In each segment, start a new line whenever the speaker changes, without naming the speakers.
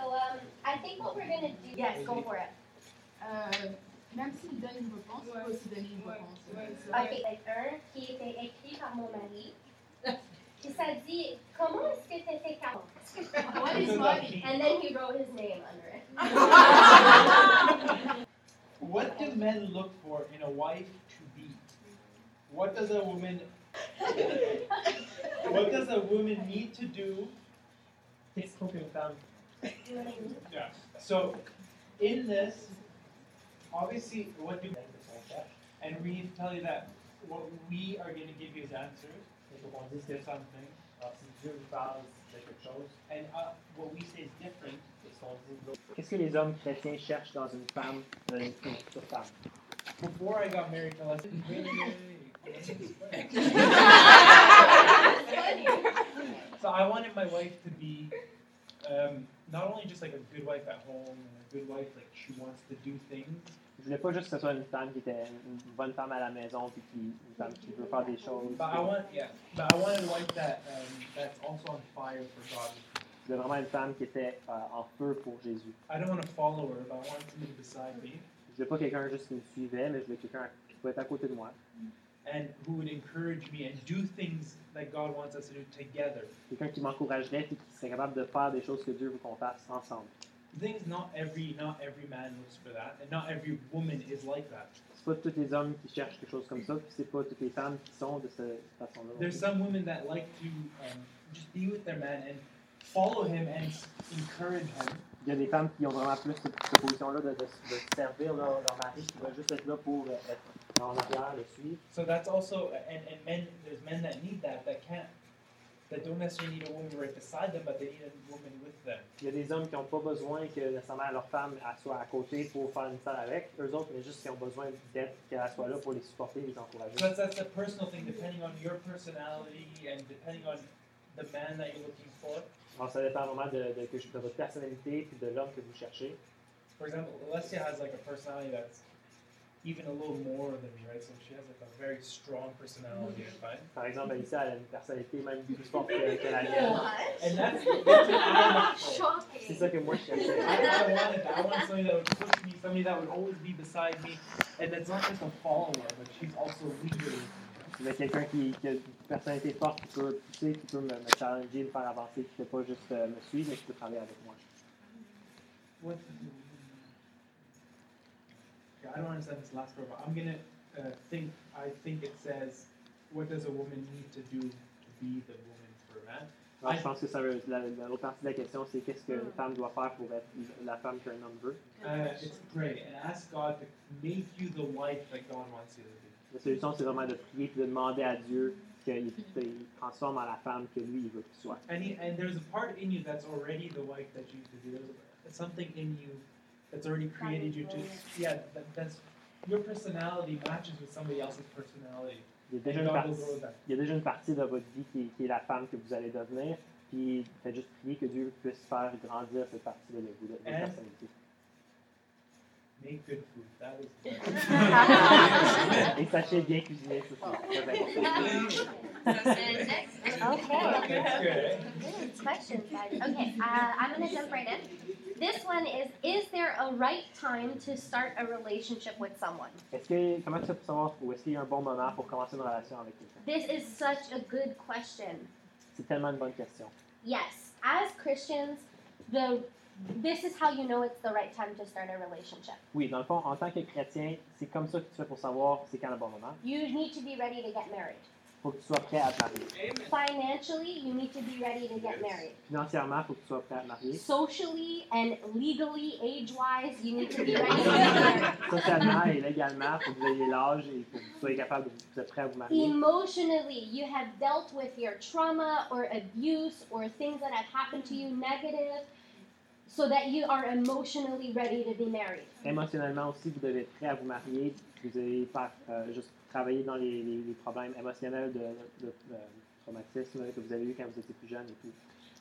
um, what we're gonna do. Yes, go for it.
Euh, même s'il donne une réponse, il peut aussi donner une réponse.
Ok, un qui était écrit par mon mari. Et ça dit, comment est-ce que t'étais capable?
What is money?
And then he wrote his name under it.
What do men look for in a wife to be? What does a woman What does a woman need to do? It's cooking down.
Do you know what I mean?
Yeah. So in this, obviously what do and we need to tell you that what we are gonna give you is answers
Et donc on dit
is
que
there something.
alors, si Dieu vous parle de quelque chose,
And uh, what we say is different.
et ce qu'on dit de l'autre. Qu'est-ce que les hommes chrétiens cherchent dans une femme, dans une future femme?
Before I got married to Leslie, So I wanted my wife to be um, not only just like a good wife at home and a good wife, like she wants to do things,
Je voulais pas juste que ce soit une femme qui était une bonne femme à la maison, puis qui, une femme qui veut faire des choses.
but I want yeah, but I wanted a wife that um, that's also on fire for God.
Je voulais vraiment une femme qui était euh, en feu pour Jésus.
I don't want to follow her, but I want somebody beside me
Je voulais pas quelqu'un juste qui me suivait, mais je voulais quelqu'un qui pouvait être à côté de moi.
and who would encourage me and do things that God wants us to do together.
Quelqu'un qui m'encouragerait, puis qui serait capable de faire des choses que Dieu veut qu'on fasse ensemble.
The thing is, not every not every man looks for that, and not every woman is like that.
C'est pas tous les hommes qui cherchent quelque chose comme ça, puis c'est pas toutes les femmes qui sont de cette façon-là. non
There's
plus.
some women that like to um, just be with their man and follow him and s- encourage him.
Il y a des femmes qui ont vraiment plus cette, cette position-là de, de, de servir leur, leur mari, qui va juste être là pour euh, être en arrière, le suivre.
So that's also and, and men there's men that need that that can't that don't necessarily need a woman right beside them, but they need a woman with them.
Il y a des hommes qui n'ont pas besoin que nécessairement leur femme elle soit à côté pour faire une salle avec. Eux autres, mais juste qui ont besoin d'être, qu'elle soit là pour les supporter, les encourager.
So that's that's a personal thing, depending on your personality and depending on the man that you're looking for.
Alors, ça dépend vraiment de, de- que- de votre personnalité puis de l'homme que vous cherchez.
For example, Alessia has like a personality that's even a little more than me, right? So she has like a very strong personality, I find.
Par exemple, Alicia, elle a une personnalité même plus forte que, que la mienne.
And that's, that's what I look for.
C'est ça que moi, je cherchais.
I, I wanted that. I wanted somebody that would push me, somebody that would always be beside me, and that's not just a follower, but she's also leading.
Je voulais quelqu'un qui, qui a une personnalité forte, qui peut pousser, qui peut me, me challenger, me faire avancer, qui ne peut pas juste euh, me suivre, mais qui peut travailler avec moi.
What? Yeah, I don't understand this last part, but I'm gonna uh, think. I think it says, "What does a woman need to do to be the woman for a man?"
Alors, je pense que ça veut- la- la- l'autre partie de la question, c'est qu'est-ce qu'une femme doit faire pour être la femme qu'un homme veut.
Uh, it's great, and ask God to make you the wife that God wants you to be.
La solution, c'est vraiment de prier et de demander à Dieu qu'il il transforme en la femme que lui, il veut qu'il soit.
And, he, and there's a part in you that's already the wife that you need to be. There's something in you that's already created you to. Yeah, that, that's your personality matches with somebody else's personality.
Il y, a déjà
And
une
God will
partie,
grow that.
il y a déjà une partie de votre vie qui, qui est la femme que vous allez devenir, puis faites juste prier que Dieu puisse faire grandir cette partie-là de vous, de votre
Hein?
personnalité.
Make good food. That is.
Et sachez bien cuisiner, ça, c'est très important.
Okay.
That's good.
Ooh, Questions, guys. Okay, uh, I'm gonna jump right in. This one is: Is there a right time to start a relationship with someone?
Est-ce que, comment tu fais pour savoir où est-ce qu'il y a un bon moment pour commencer une relation avec quelqu'un?
This is such a good question.
C'est tellement une bonne question.
Yes, as Christians, the this is how you know it's the right time to start a relationship.
Oui, dans le fond, en tant que chrétien, c'est comme ça que tu fais pour savoir c'est quand le bon moment.
You need to be ready to get married.
Faut que tu sois prêt à te marier.
Financially, you need to be ready to get married.
Financièrement, faut que tu sois prêt à te marier.
Socially and legally, age-wise, you need to be ready to get married.
Socialement et légalement, faut que vous ayez l'âge et faut que vous soyez capable de vous êtes prêt à vous marier.
Emotionally, you have dealt with your trauma or abuse or things that have happened to you negative, so that you are emotionally ready to be married.
Émotionnellement aussi, vous devez être prêt à vous marier. Vous allez faire euh, juste travailler dans les, les- les problèmes émotionnels de, de, de traumatisme que vous avez eu quand vous étiez plus jeune et tout.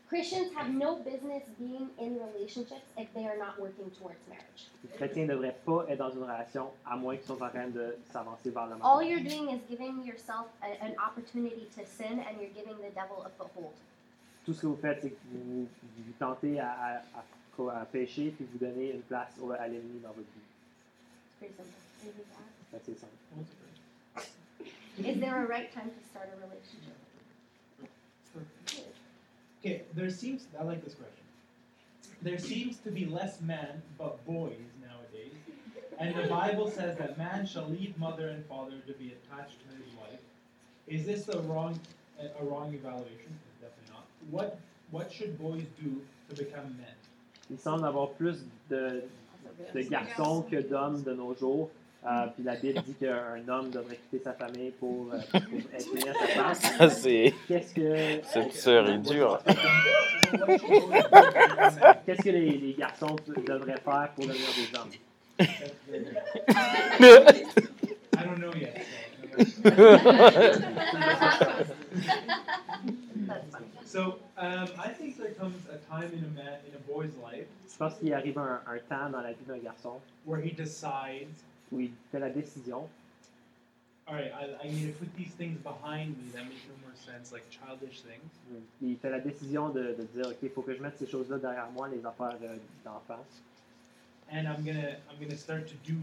Christians have no business being in relationships if they are not working towards marriage.
Les chrétiens ne devraient pas être dans une relation à moins qu'ils soient en train de s'avancer vers le
All
mariage.
you're doing is giving yourself a, an opportunity to sin and you're giving the devil a foothold.
Tout ce que vous faites, c'est que vous, vous tentez à, à- à co- à péché puis vous donner une place au- à l'ennemi dans votre vie.
It's pretty simple. It is that.
C'est assez simple.
What's it called?
Is there a right time to start a relationship?
Perfect. Okay, there seems, I like this question. There seems to be less men but boys nowadays, and the Bible says that man shall leave mother and father to be attached to his wife. Is this a wrong, a- a wrong evaluation? Definitely not. What, what should boys do to become men?
Il semble avoir plus de, de garçons que d'hommes de nos jours. Euh, puis la Bible dit qu'un homme devrait quitter sa famille pour, euh, pour être meilleur à sa femme.
Ça, Ah, c'est
Qu'est-ce que
C'est dur et dur.
What should boys do to become men?
qu'est-ce que les, les garçons devraient faire pour devenir des hommes?
That's the- I don't know yet. so-
That's fun.
So um, I think there comes a time in a man, in a boy's life
Je pense qu'il arrive un, un temps dans la vie d'un garçon
where he decides,
où il fait la décision.
all right, I, I need to put these things behind me that make no more sense, like childish things,
Il fait la décision de, de dire, OK, il faut que je mette ces choses-là derrière moi, les affaires euh, d'enfant.
and I'm gonna I'm gonna start to do,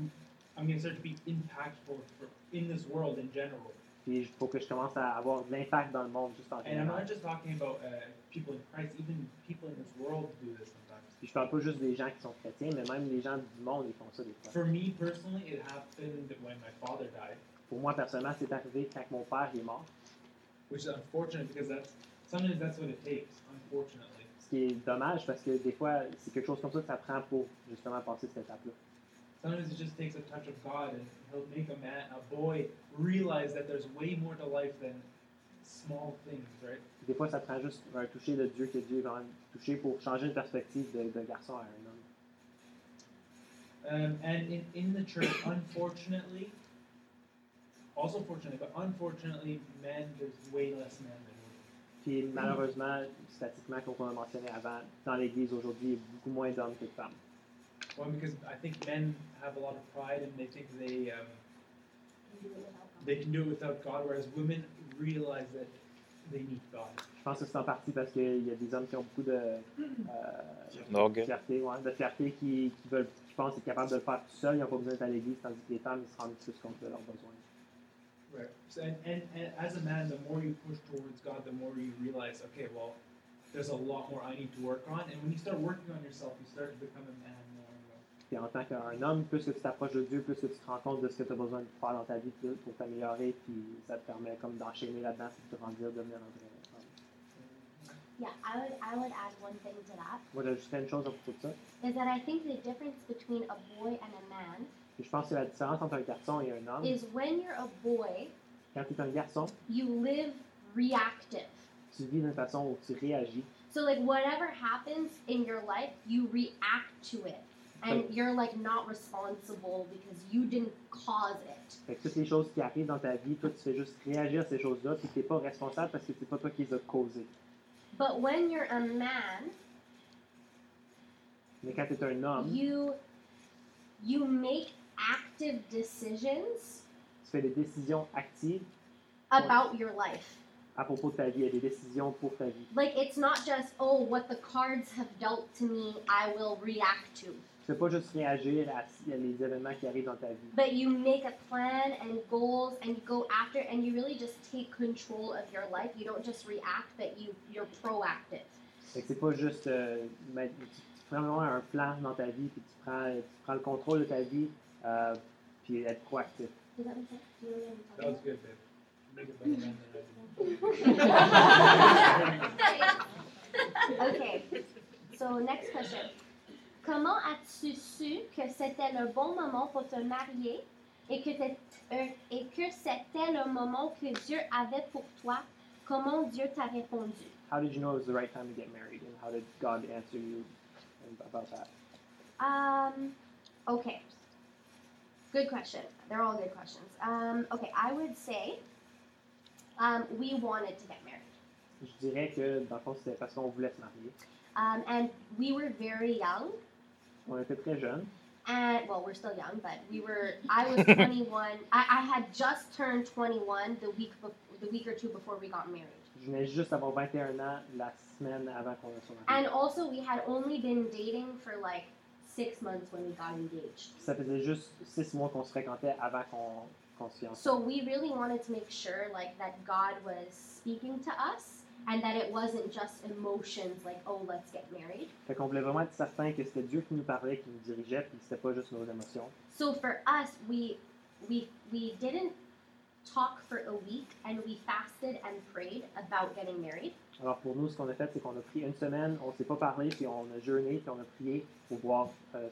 I'm gonna start to be impactful for, in this world in general.
Puis il faut que je commence à avoir de l'impact dans le monde juste en
And I'm
général.
not just talking about uh, people in Christ, even people in this world do this sometimes.
Puis je parle pas juste des gens qui sont chrétiens, mais même les gens du monde, ils font ça des fois.
For me personally, it happened when my father died,
Pour moi, personnellement, c'est arrivé quand mon père il est mort,
which is unfortunate because that's sometimes that's what it takes, unfortunately.
ce qui est dommage parce que des fois, c'est quelque chose comme ça que ça prend pour justement passer cette étape-là.
Sometimes it just takes a touch of God, and He'll make a man, a boy, realize that there's way more to life than small things, right?
Des fois, ça prend juste un toucher de Dieu que Dieu va toucher pour changer une perspective de, de garçon à un homme.
Um, and in, in the church, unfortunately, also fortunately, but unfortunately, men there's way less men than women.
Puis malheureusement, statistiquement, comme on a mentionné avant, dans l'Église aujourd'hui, il y a beaucoup moins d'hommes que de femmes.
One because I think men have a lot of pride and they think they um, they can do it without God, whereas women realize that they need God.
Je pense que c'est en partie parce qu'il y a des hommes qui ont beaucoup de, euh,
L'orgueil.
fierté, ouais, Ben, de fierté qui, qui, veulent, qui pensent être capables de le faire tout seuls, ils n'ont pas besoin d'être à l'Église, tandis que les femmes, ils se rendent plus compte de leurs besoins.
Right. So, and, and, and as a man, the more you push towards God, the more you realize, okay, well, there's a lot more I need to work on. And when you start working on yourself, you start to become a man more and more.
Puis en tant qu'un homme, plus que tu t'approches de Dieu, plus que tu te rends compte de ce que tu as besoin de faire dans ta vie plus pour t'améliorer, puis ça te permet comme d'enchaîner là-dedans, puis de te grandir, de devenir un vrai homme.
Yeah, I would I would add one thing to that
Moi, j'ajouterais une chose à propos de ça.
is that I think the difference between a boy and a man
Puis je pense que la différence entre un garçon et un homme,
is when you're a boy,
quand tu es un garçon,
you live reactive.
tu vis d'une façon où tu réagis.
So like whatever happens in your life, you react to it. And you're like not responsible because you didn't cause it.
Fait que toutes les choses qui arrivent dans ta vie, toi, tu fais juste réagir à ces choses-là, puis t'es pas responsable parce que c'est pas toi qui les as causées.
But when you're a man,
Mais quand t'es un homme,
you you make active decisions
tu fais des décisions actives
about your life.
à propos de ta vie, et des décisions pour ta vie.
Like it's not just oh what the cards have dealt to me, I will react to.
Tu fais pas juste réagir à, à les événements qui arrivent dans ta vie.
But you make a plan and goals and you go after and you really just take control of your life. You don't just react, but you you're proactive.
Fait que c'est pas juste. euh, mais tu, tu prends vraiment un plan dans ta vie, puis tu prends, tu prends le contrôle de ta vie, euh, puis être proactif.
Does that make sense? Do you know what I'm talking
That was good, babe. You Make a better man than I did.
Ok. So, next question. Comment as-tu su que c'était le bon moment pour te marier et que, t'es- euh, et que c'était le moment que Dieu avait pour toi? Comment Dieu t'a répondu?
How did you know it was the right time to get married, and how did God answer you about that?
Um, okay. Good question. They're all good questions. Um, okay, I would say um, we wanted to get married.
Je dirais que, dans le fond, c'était parce qu'on voulait se marier.
Um, and we were very young.
On était très jeunes.
and well, we're still young, but we were. I was 21. I, I had just turned 21 the week bef- the week or two before we got married.
Je venais juste d'avoir 21 ans la semaine avant qu'on soit mariés.
And also, we had only been dating for like six months when we got engaged.
Ça faisait juste 6 mois qu'on se fréquentait avant qu'on qu'on se fiance.
So we really wanted to make sure like that God was speaking to us and that it wasn't just emotions like oh let's get married.
Fait qu'on voulait vraiment être certain que c'était Dieu qui nous parlait, qui nous dirigeait, puis que c'était pas juste nos émotions.
So for us we we we didn't talk for a week and we fasted and prayed about getting married.
Alors pour nous, ce qu'on a fait, c'est qu'on a pris une semaine, on s'est pas parlé, puis on a jeûné, puis on a prié pour voir euh,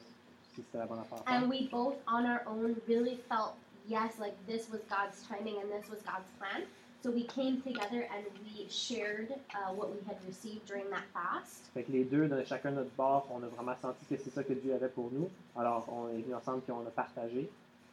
si c'était la bonne affaire. à faire.
And we both on our own really felt yes like this was God's timing and this was God's plan. So we came together and we shared uh, what we had received during that fast.
Fait que les deux, de chacun notre bord, on a vraiment senti que c'est ça que Dieu avait pour nous. Alors on est venus ensemble, puis on a partagé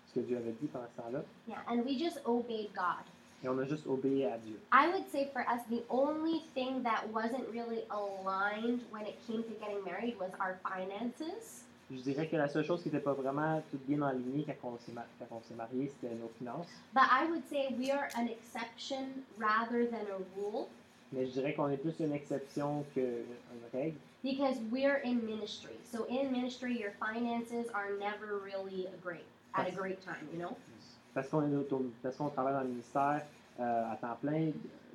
ce que Dieu avait dit pendant ce temps-là.
Yeah, and we just obeyed God.
Et on a juste obéi à Dieu.
I would say for us, the only thing that wasn't really aligned when it came to getting married was our finances.
Je dirais que la seule chose qui n'était pas vraiment toute bien en ligne quand on s'est mar- quand on s'est marié, c'était nos finances.
But I would say we are an exception rather than a rule
Mais je dirais qu'on est plus une exception qu'une règle.
because we're in ministry. So in ministry, your finances are never really great at a great time, you know?
Parce qu'on est auto- parce qu'on travaille dans le ministère euh, à temps plein,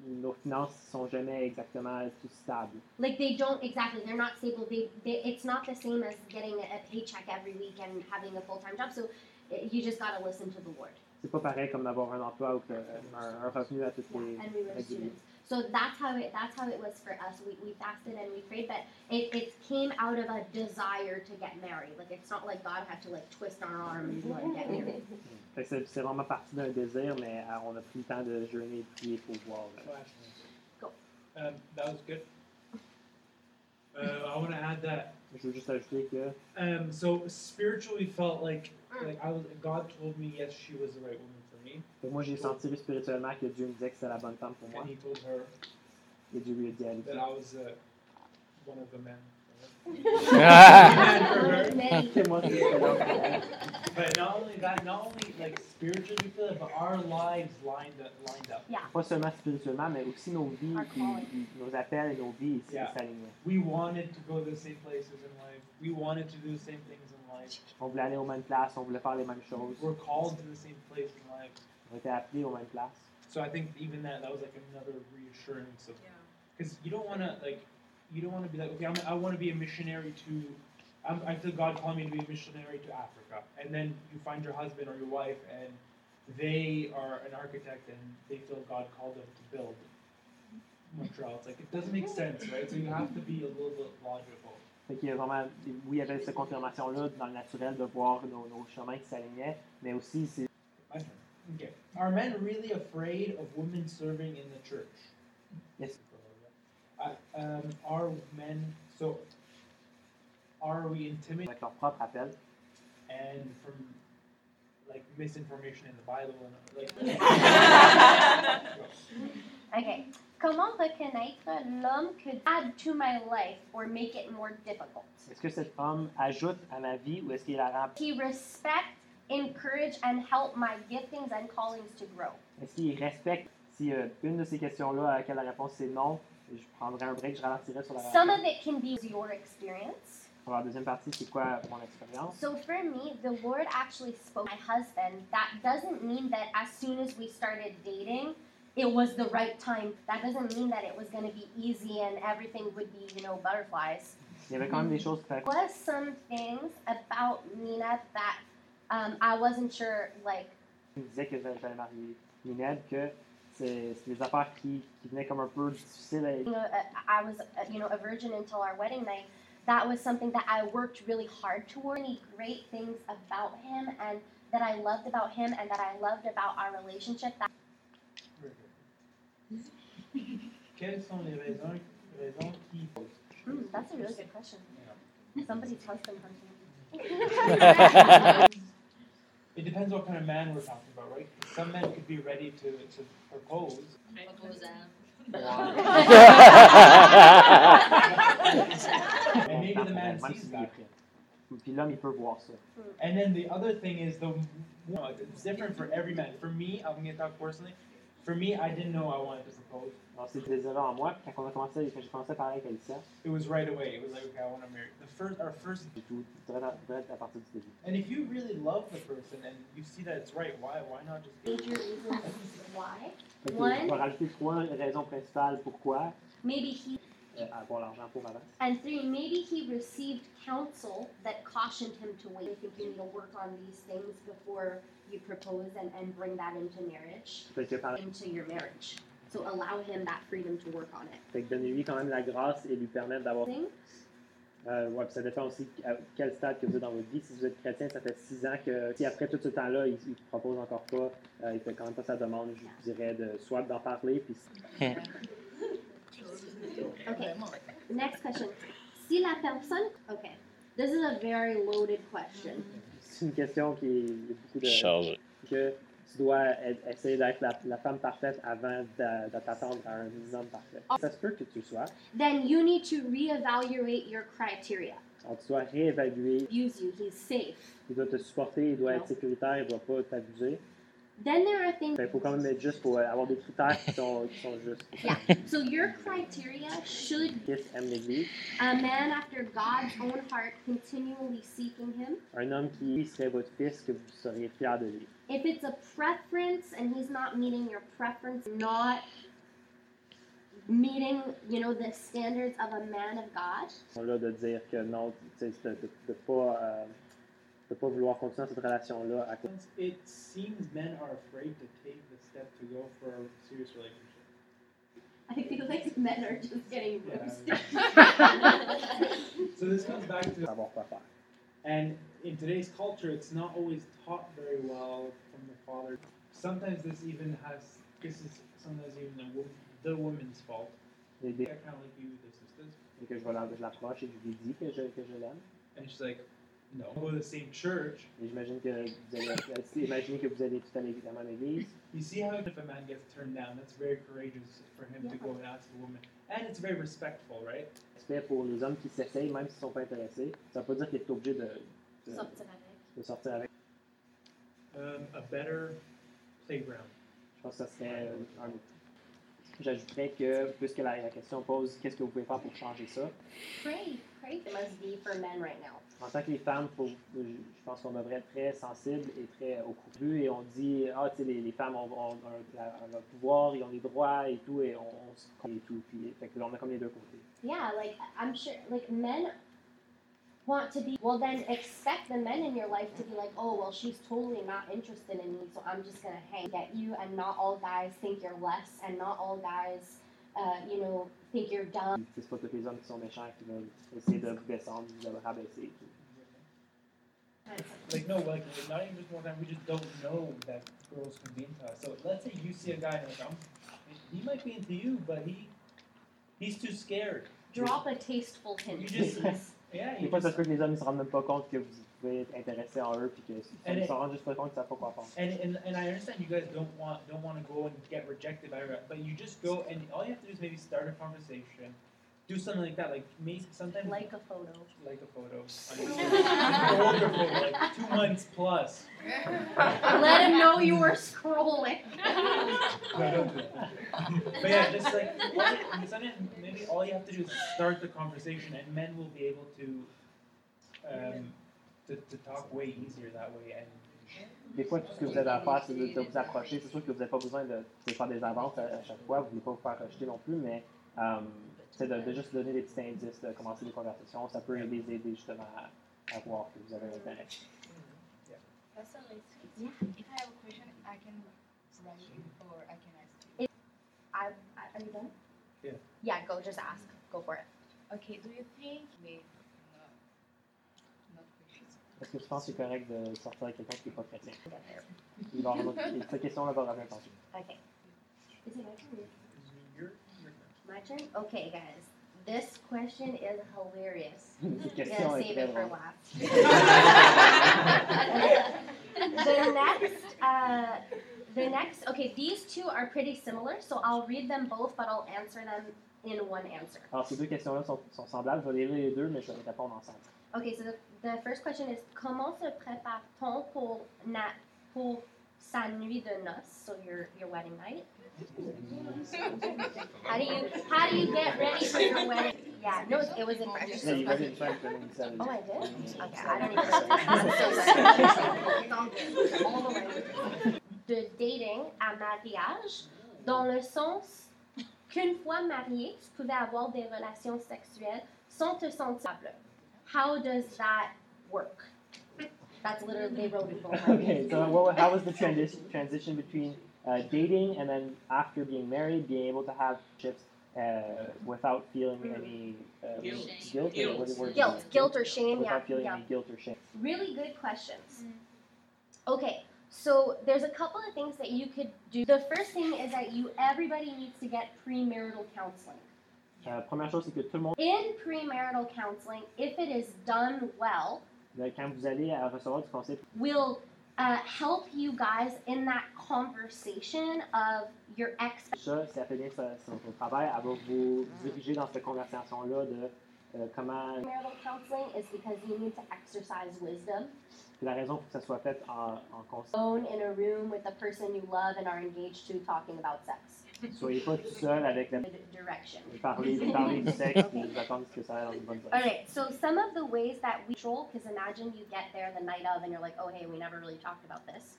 nos finances sont jamais exactement toutes stables.
Like they don't exactly, they're not stable. They, they It's not the same as getting a a paycheck every week and having a full time job. So eh, you just got to listen to the Lord.
C'est pas pareil comme d'avoir un emploi ou que- un, un revenu à toutes
Yeah,
les.
and we were
Like,
students. So that's how it that's how it was for us. We, we fasted and we prayed, but it, it came out of a desire to get married. Like it's not like God had to like twist our arm and want to get married.
Fait que c'est- C'est vraiment parti d'un désir, mais euh, on a pris le temps de jeûner et de prier pour voir. euh. là.
Go.
Um, that was good. Uh, I want to add that.
Je veux juste ajouter que
Um, so spiritually, we felt like
Mm.
like I was. God told me yes, she was the right woman for me,
que moi j'ai senti spirituellement que Dieu me disait que c'était la bonne femme pour moi.
and He told her
Et Dieu lui a dit à lui.
that I was uh, one of the men.
Many.
C'est moi qui ai fait l'homme.
But not only that, not only like spiritually we feel it, but our lives lined up, lined up.
Pas seulement spirituellement, mais aussi nos vies,
Our
puis-
calling.
puis nos appels et nos vies ils-
Yeah.
ils s'alignaient.
We wanted to go to the same places in life. We wanted to do the same things in life.
On voulait aller aux mêmes places, on voulait faire les mêmes choses.
We're called to the same place in life.
On était appelés aux mêmes places.
So I think even that that was like another reassurance of because you don't want to like you don't want to be like okay I'm, I want to be a missionary to I'm, I feel God calling me to be a missionary to Africa and then you find your husband or your wife and they are an architect and they feel God called them to build Montreal it's like it doesn't make sense right so you have to be a little bit logical
Fait qu'il y a vraiment, oui, il y avait cette confirmation-là dans le naturel de voir nos, nos chemins qui s'alignaient, mais aussi c'est
My turn. okay are men really afraid of women serving in the church
Yes.
uh, um, are men so are we intimidated
avec leur propre appel.
and from like misinformation in the Bible and
Yeah.
like
Okay. Comment reconnaître l'homme que add to my life or make it more difficult?
Est-ce que cet homme ajoute à ma vie ou est-ce qu'il la rend-
He respect, encourage, and help my giftings and callings to grow.
Est-ce qu'il respecte Si euh, une de ces questions-là à laquelle la réponse c'est non, je prendrai un break, je ralentirai sur la
Some of
réponse.
it can be your experience.
Pour la deuxième partie, c'est quoi mon expérience
So for me, the Lord actually spoke to my husband. That doesn't mean that as soon as we started dating, it was the right time. That doesn't mean that it was going to be easy and everything would be, you know, butterflies.
Il y avait quand même des choses qui faisaient
There was some things about Nina that um, I wasn't sure, like,
qui me disait que j'allais j'allais marier Minette, que c'est c'est des affaires qui, qui venaient comme un peu difficiles à
you know, uh, I was, uh, you know, a virgin until our wedding night. That was something that I worked really hard toward. Many great things about him and that I loved about him and that I loved about our relationship. That
Quelles sont les raisons, raisons qui
Hmm, that's a really good question. Somebody's husband hunting.
Yeah.
It depends what kind of man we're talking about, right? Some men could be ready to, to propose. And maybe the man
Même
sees
s'il est
that.
prêt. Puis l'homme, il peut voir ça.
And then the other thing is the you know, it's different for every man. For me, I'm gonna talk personally. For me, I didn't know I wanted to propose.
Alors, c'est déjà en moi. Puis quand on a commencé, quand j'ai commencé à parler avec Alicia,
It was right away. It was like, okay, I want to marry. The first, our first,
j'ai tout direct à, direct à partir du début.
and if you really love the person and you see that it's right, why, why not just? get
Major reasons why.
Fait que
Ouais.
je vais rajouter trois raisons principales pourquoi
Maybe he
euh, avoir l'argent pour avance.
and three. Maybe he received counsel that cautioned him to wait. I think you need to work on these things before you propose and, and bring that into marriage,
Fait que, par-
into your marriage. So allow him that freedom to work on it.
fait que donnez-lui quand même la grâce et lui permettre d'avoir.
Thing.
Euh, ouais, puis ça dépend aussi à quel stade que vous êtes dans votre vie. Si vous êtes chrétien, ça fait six ans que si après tout ce temps-là, il ne propose encore pas, euh, il fait quand même pas sa demande, je dirais, de, soit d'en parler, puis
Okay. Next question. Si la personne. Okay. This is a very loaded question.
c'est une question qui est il y a beaucoup de.
Chargé.
que tu dois e- essayer d'être la, la femme parfaite avant d'a- de, t'attendre à un homme parfait. Ça se peut que tu le sois.
Then you need to reevaluate your criteria.
Alors, tu dois réévaluer,
Abuse you. He's safe.
il doit te supporter, il doit
Non.
être sécuritaire, il ne doit pas t'abuser.
Then there are things.
Il faut quand même être juste pour euh, avoir des critères qui sont, qui sont justes.
So your criteria should
Christ aime l'Église.
A man after God's own heart continually seeking him.
Un homme qui serait votre fils, que vous seriez fier de lui.
If it's a preference and he's not meeting your preference, not meeting, you know, the standards of a man of God,
sont là de dire que non, tu sais, de ne pas, euh, de pas vouloir continuer cette relation-là à cause.
Since it seems men are afraid to take the step to go for a serious relationship.
I feel like men are just getting
Yeah.
roasted.
So this comes back to
savoir quoi faire.
And in today's culture, it's not always taught very well from the father. Sometimes this even has this is sometimes even the, wo- the woman's fault.
Et
I
dès
kind of like you with this, this, this,
dès que je vais la- je l'approche et que je lui dis que je, que je l'aime,
and she's like, no, go to the same church.
Et j'imagine que vous allez imaginez que vous allez tout à l'é- la même église.
You see how if a man gets turned down, that's very courageous for him to go and ask a woman, and it's very respectful, right?
Respect pour les hommes qui s'essayent, même s'ils ne sont pas intéressés. Ça ne veut pas dire qu'ils sont obligés de, de, de sortir avec.
Um, a better playground.
Je pense que ça serait euh, un J'ajouterais que, puisque la, la question pose qu'est-ce que vous pouvez faire pour changer ça,
Pray, pray must be for men right now.
en tant que les femmes, faut- je je pense qu'on devrait être très sensible et très au courant. Et on dit, ah, tu sais, les, les femmes ont, ont- ont la- ont le pouvoir, ils ont des droits et tout, et on, on se et tout. Puis, fait que là, on a comme les deux côtés.
Yeah, like I'm sure, like men want to be. Well, then expect the men in your life to be like, oh, well, she's totally not interested in me, so I'm just gonna hang at you, and not all guys think you're less, and not all guys, uh, you know, think you're dumb.
Puis, C'est pas tous les hommes qui sont méchants qui veulent essayer de vous descendre, de vous rabaisser. et tout.
Like no, like not even just one time. We just don't know that girls can be into us. So let's say you see a guy and you're like, i he might be into you, but he he's too scared.
Drop a tasteful hint.
You just-
please.
Yeah,
Des
you
fois, ça
just,
se peut que les hommes ne se rendent même pas compte que vous pouvez être intéressé en eux, puis que
Elle
ils
est-
se rendent juste pas compte qu'ils savent pas quoi faire.
and, and and I understand you guys don't want don't want to go and get rejected by her, but you just go and all you have to do is maybe start a conversation, do something like that. Like maybe sometimes
like a photo.
like a photo, an older photo, like two months plus.
Let him know you were scrolling.
No, don't do that. But yeah, just like what it- and some- maybe all you have to do is start the conversation, and men will be able to um, to, to talk way easier that way. And
Des fois, tout ce que vous avez à faire, c'est de, de vous approcher. C'est sûr que vous n'avez pas besoin de, de faire des avances à, à chaque fois, vous ne voulez pas vous faire rejeter non plus, mais euh, c'est de, de juste donner des petits indices, de commencer des conversations. Ça peut les aider justement à, à voir que vous avez un intérêt.
That's so nice.
Yeah.
If I have a question, I can write it or I can ask you.
I, I, are you done?
Yeah.
Yeah, go. Just ask. Go for it.
Okay, do you think? Wait, no. Not questions.
Est-ce que tu penses que c'est correct de sortir avec quelqu'un qui n'est pas chrétien? Il va avoir- cette question-là va revenir tantôt.
Okay. Is it my turn?
you're, you're
My turn? Okay, guys. This question is hilarious.
Cette
I'm
question
gonna
est
save
très
it for
drôle.
last. the next, uh, the next, okay, these two are pretty similar, so I'll read them both, but I'll answer them in one answer.
Alors, ces deux questions-là sont, sont semblables. Je vais les lire les deux, mais je vais les répondre ensemble.
Okay, so the, the first question is Comment se prépare-t-on pour, na- pour sa nuit de noces, so your, your wedding night. How do you how do you get ready for your wedding? Yeah, no, it was in French.
Yeah,
so
you read it
funny.
in French, but then you said it.
Oh, I did. Okay, I don't
even-
even. All the way. De dating à mariage, dans le sens qu'une fois marié, tu pouvais avoir des relations sexuelles sans te sentir coupable. How does that work? That's literally they wrote it for me.
Okay, so what, how was the transition transition between uh, dating and then after being married, being able to have chips uh, without feeling any uh,
Guilt.
guilt, or what- what-
Guilt, guilt or shame, yeah,
without feeling
yeah.
any guilt or shame.
Really good questions. Okay, so there's a couple of things that you could do. The first thing is that you everybody needs to get premarital counseling.
Euh, première chose, c'est que tout le monde,
In premarital counseling, if it is done well,
euh, quand vous allez euh, recevoir du conseil,
will uh, help you guys in that conversation of your ex.
ça, si elle fait bien son, son- son travail, elle va vous diriger dans cette conversation-là de euh, comment.
Premarital counseling is because you need to exercise wisdom.
c'est la raison pour que ça soit fait en, en conseil.
Alone in a room with the person you love and are engaged to, talking about sex.
Soyez pas tout seul avec la.
Good direction.
Parler, parler du sexe et vous attendre ce que ça aille dans une bonne direction.
All right, so some of the ways that we troll, because imagine you get there the night of and you're like, oh, hey, we never really talked about this.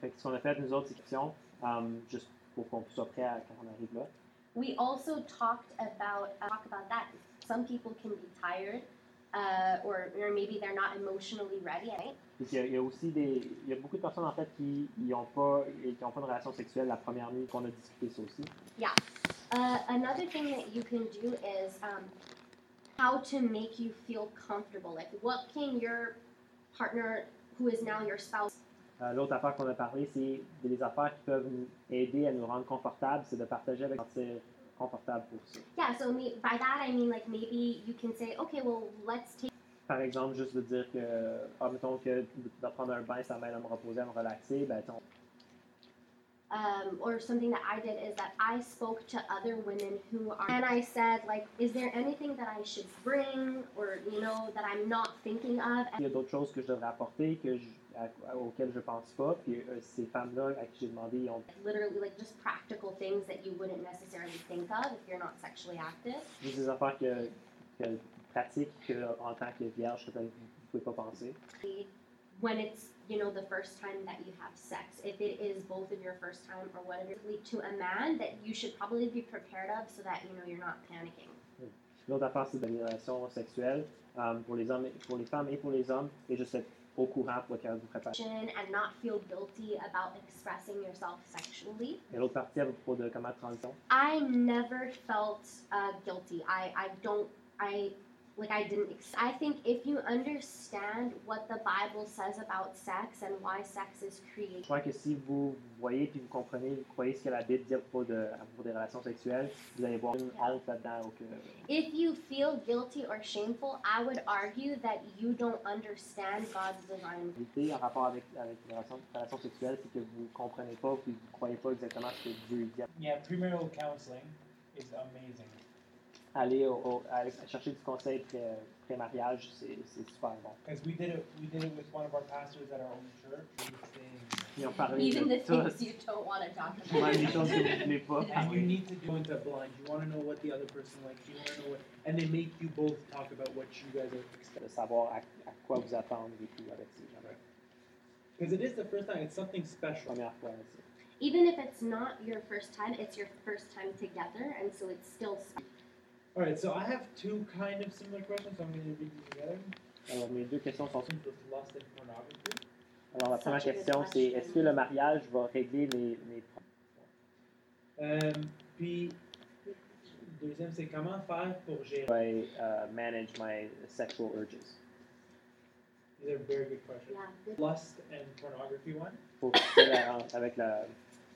Fait que ce qu'on a fait, nous autres, c'est qu'ils ont, um, juste pour qu'on soit prêt à- quand on arrive là.
We also talked about uh, talk about that. Some people can be tired, uh, or, or maybe they're not emotionally ready. Right?
Puis qu'il y a- il y a aussi des, il y a beaucoup de personnes en fait qui n'ont pas, qui ont pas de relation sexuelle la première nuit qu'on a discuté ça aussi.
Uh, another thing that you can do is um, how to make you feel comfortable. Like, what can your partner, who is now your spouse,
Euh, L'autre affaire qu'on a parlé, c'est des affaires qui peuvent nous aider à nous rendre confortables, c'est de partager avec sentir confortable pour ça.
yeah. So me, by that I mean like maybe you can say, okay, well, let's take.
Par exemple, juste de dire que, ah, mettons que de de prendre un bain, ça m'aide à me reposer, à me relaxer, ben, tu sais, on-
um, or something that I did is that I spoke to other women who are, and I said, like, is there anything that I should bring or, you know, that I'm not thinking of?
il y a d'autres choses que je devrais apporter, que je, à- auxquelles je pense pas, puis euh, ces femmes-là à qui j'ai demandé, ils ont
And literally, like, just practical things that you wouldn't necessarily think of if you're not sexually active.
juste des affaires que, que pratiques que, en tant que vierge que peut-être vous ne pouvez pas penser.
When it's, you know, the first time that you have sex, if it is both of your first time or whatever, lead to a man that you should probably be prepared of so that, you know, you're not panicking.
L'autre affaire, c'est de les relations sexuelles euh, pour les hommes, et- pour les femmes et pour les hommes, et juste être au courant pour qu'elles vous préparent.
And not feel guilty about expressing yourself sexually.
Et l'autre partie à propos de comment transition,
I never felt uh, guilty. I, I don't, I, like, I didn't. Ex- I think if you understand what the Bible says about sex and why sex is
je
created,
crois que si vous voyez puis vous comprenez, vous croyez ce que la Bible dit à propos, de, à propos des relations sexuelles, vous allez voir une honte là-dedans. euh, ou que-
if you feel guilty or shameful, I would argue that you don't understand God's design.
L'idée en rapport avec, avec les relations, relations sexuelles, c'est que vous ne comprenez pas puis vous ne croyez pas exactement ce que Dieu dit.
Yeah, premarital counseling is amazing.
Aller au- au- aller chercher du conseil pré- pré-mariage, c'est c'est super bon.
Because we did it, we did it with one of our pastors at our own church. He was saying,
Ils ont parlé
Even the
de tout,
things you don't want to talk
même
about.
les choses que vous ne voulez pas
and you
parler.
need to go into blind. You want to know what the other person likes. You want to know what, and they make you both talk about what you guys are
de savoir à, à quoi vous attendre et tout avec ces gens-là.
Because it is the first time. It's something special.
Première fois, c'est-
Even if it's not your first time, it's your first time together, and so it's still.
All right, so I have two kind of similar questions. So I'm going to read these together.
Alors, mes deux questions sont
Questions with lust and pornography.
Alors, la première question, c'est est-ce que le mariage va régler les, les
Um, puis, deuxième, c'est comment faire pour gérer.
I uh, manage my sexual urges?
These are very good questions.
Yeah. good.
Lust and pornography one.
Faut que tu fasses avec, la,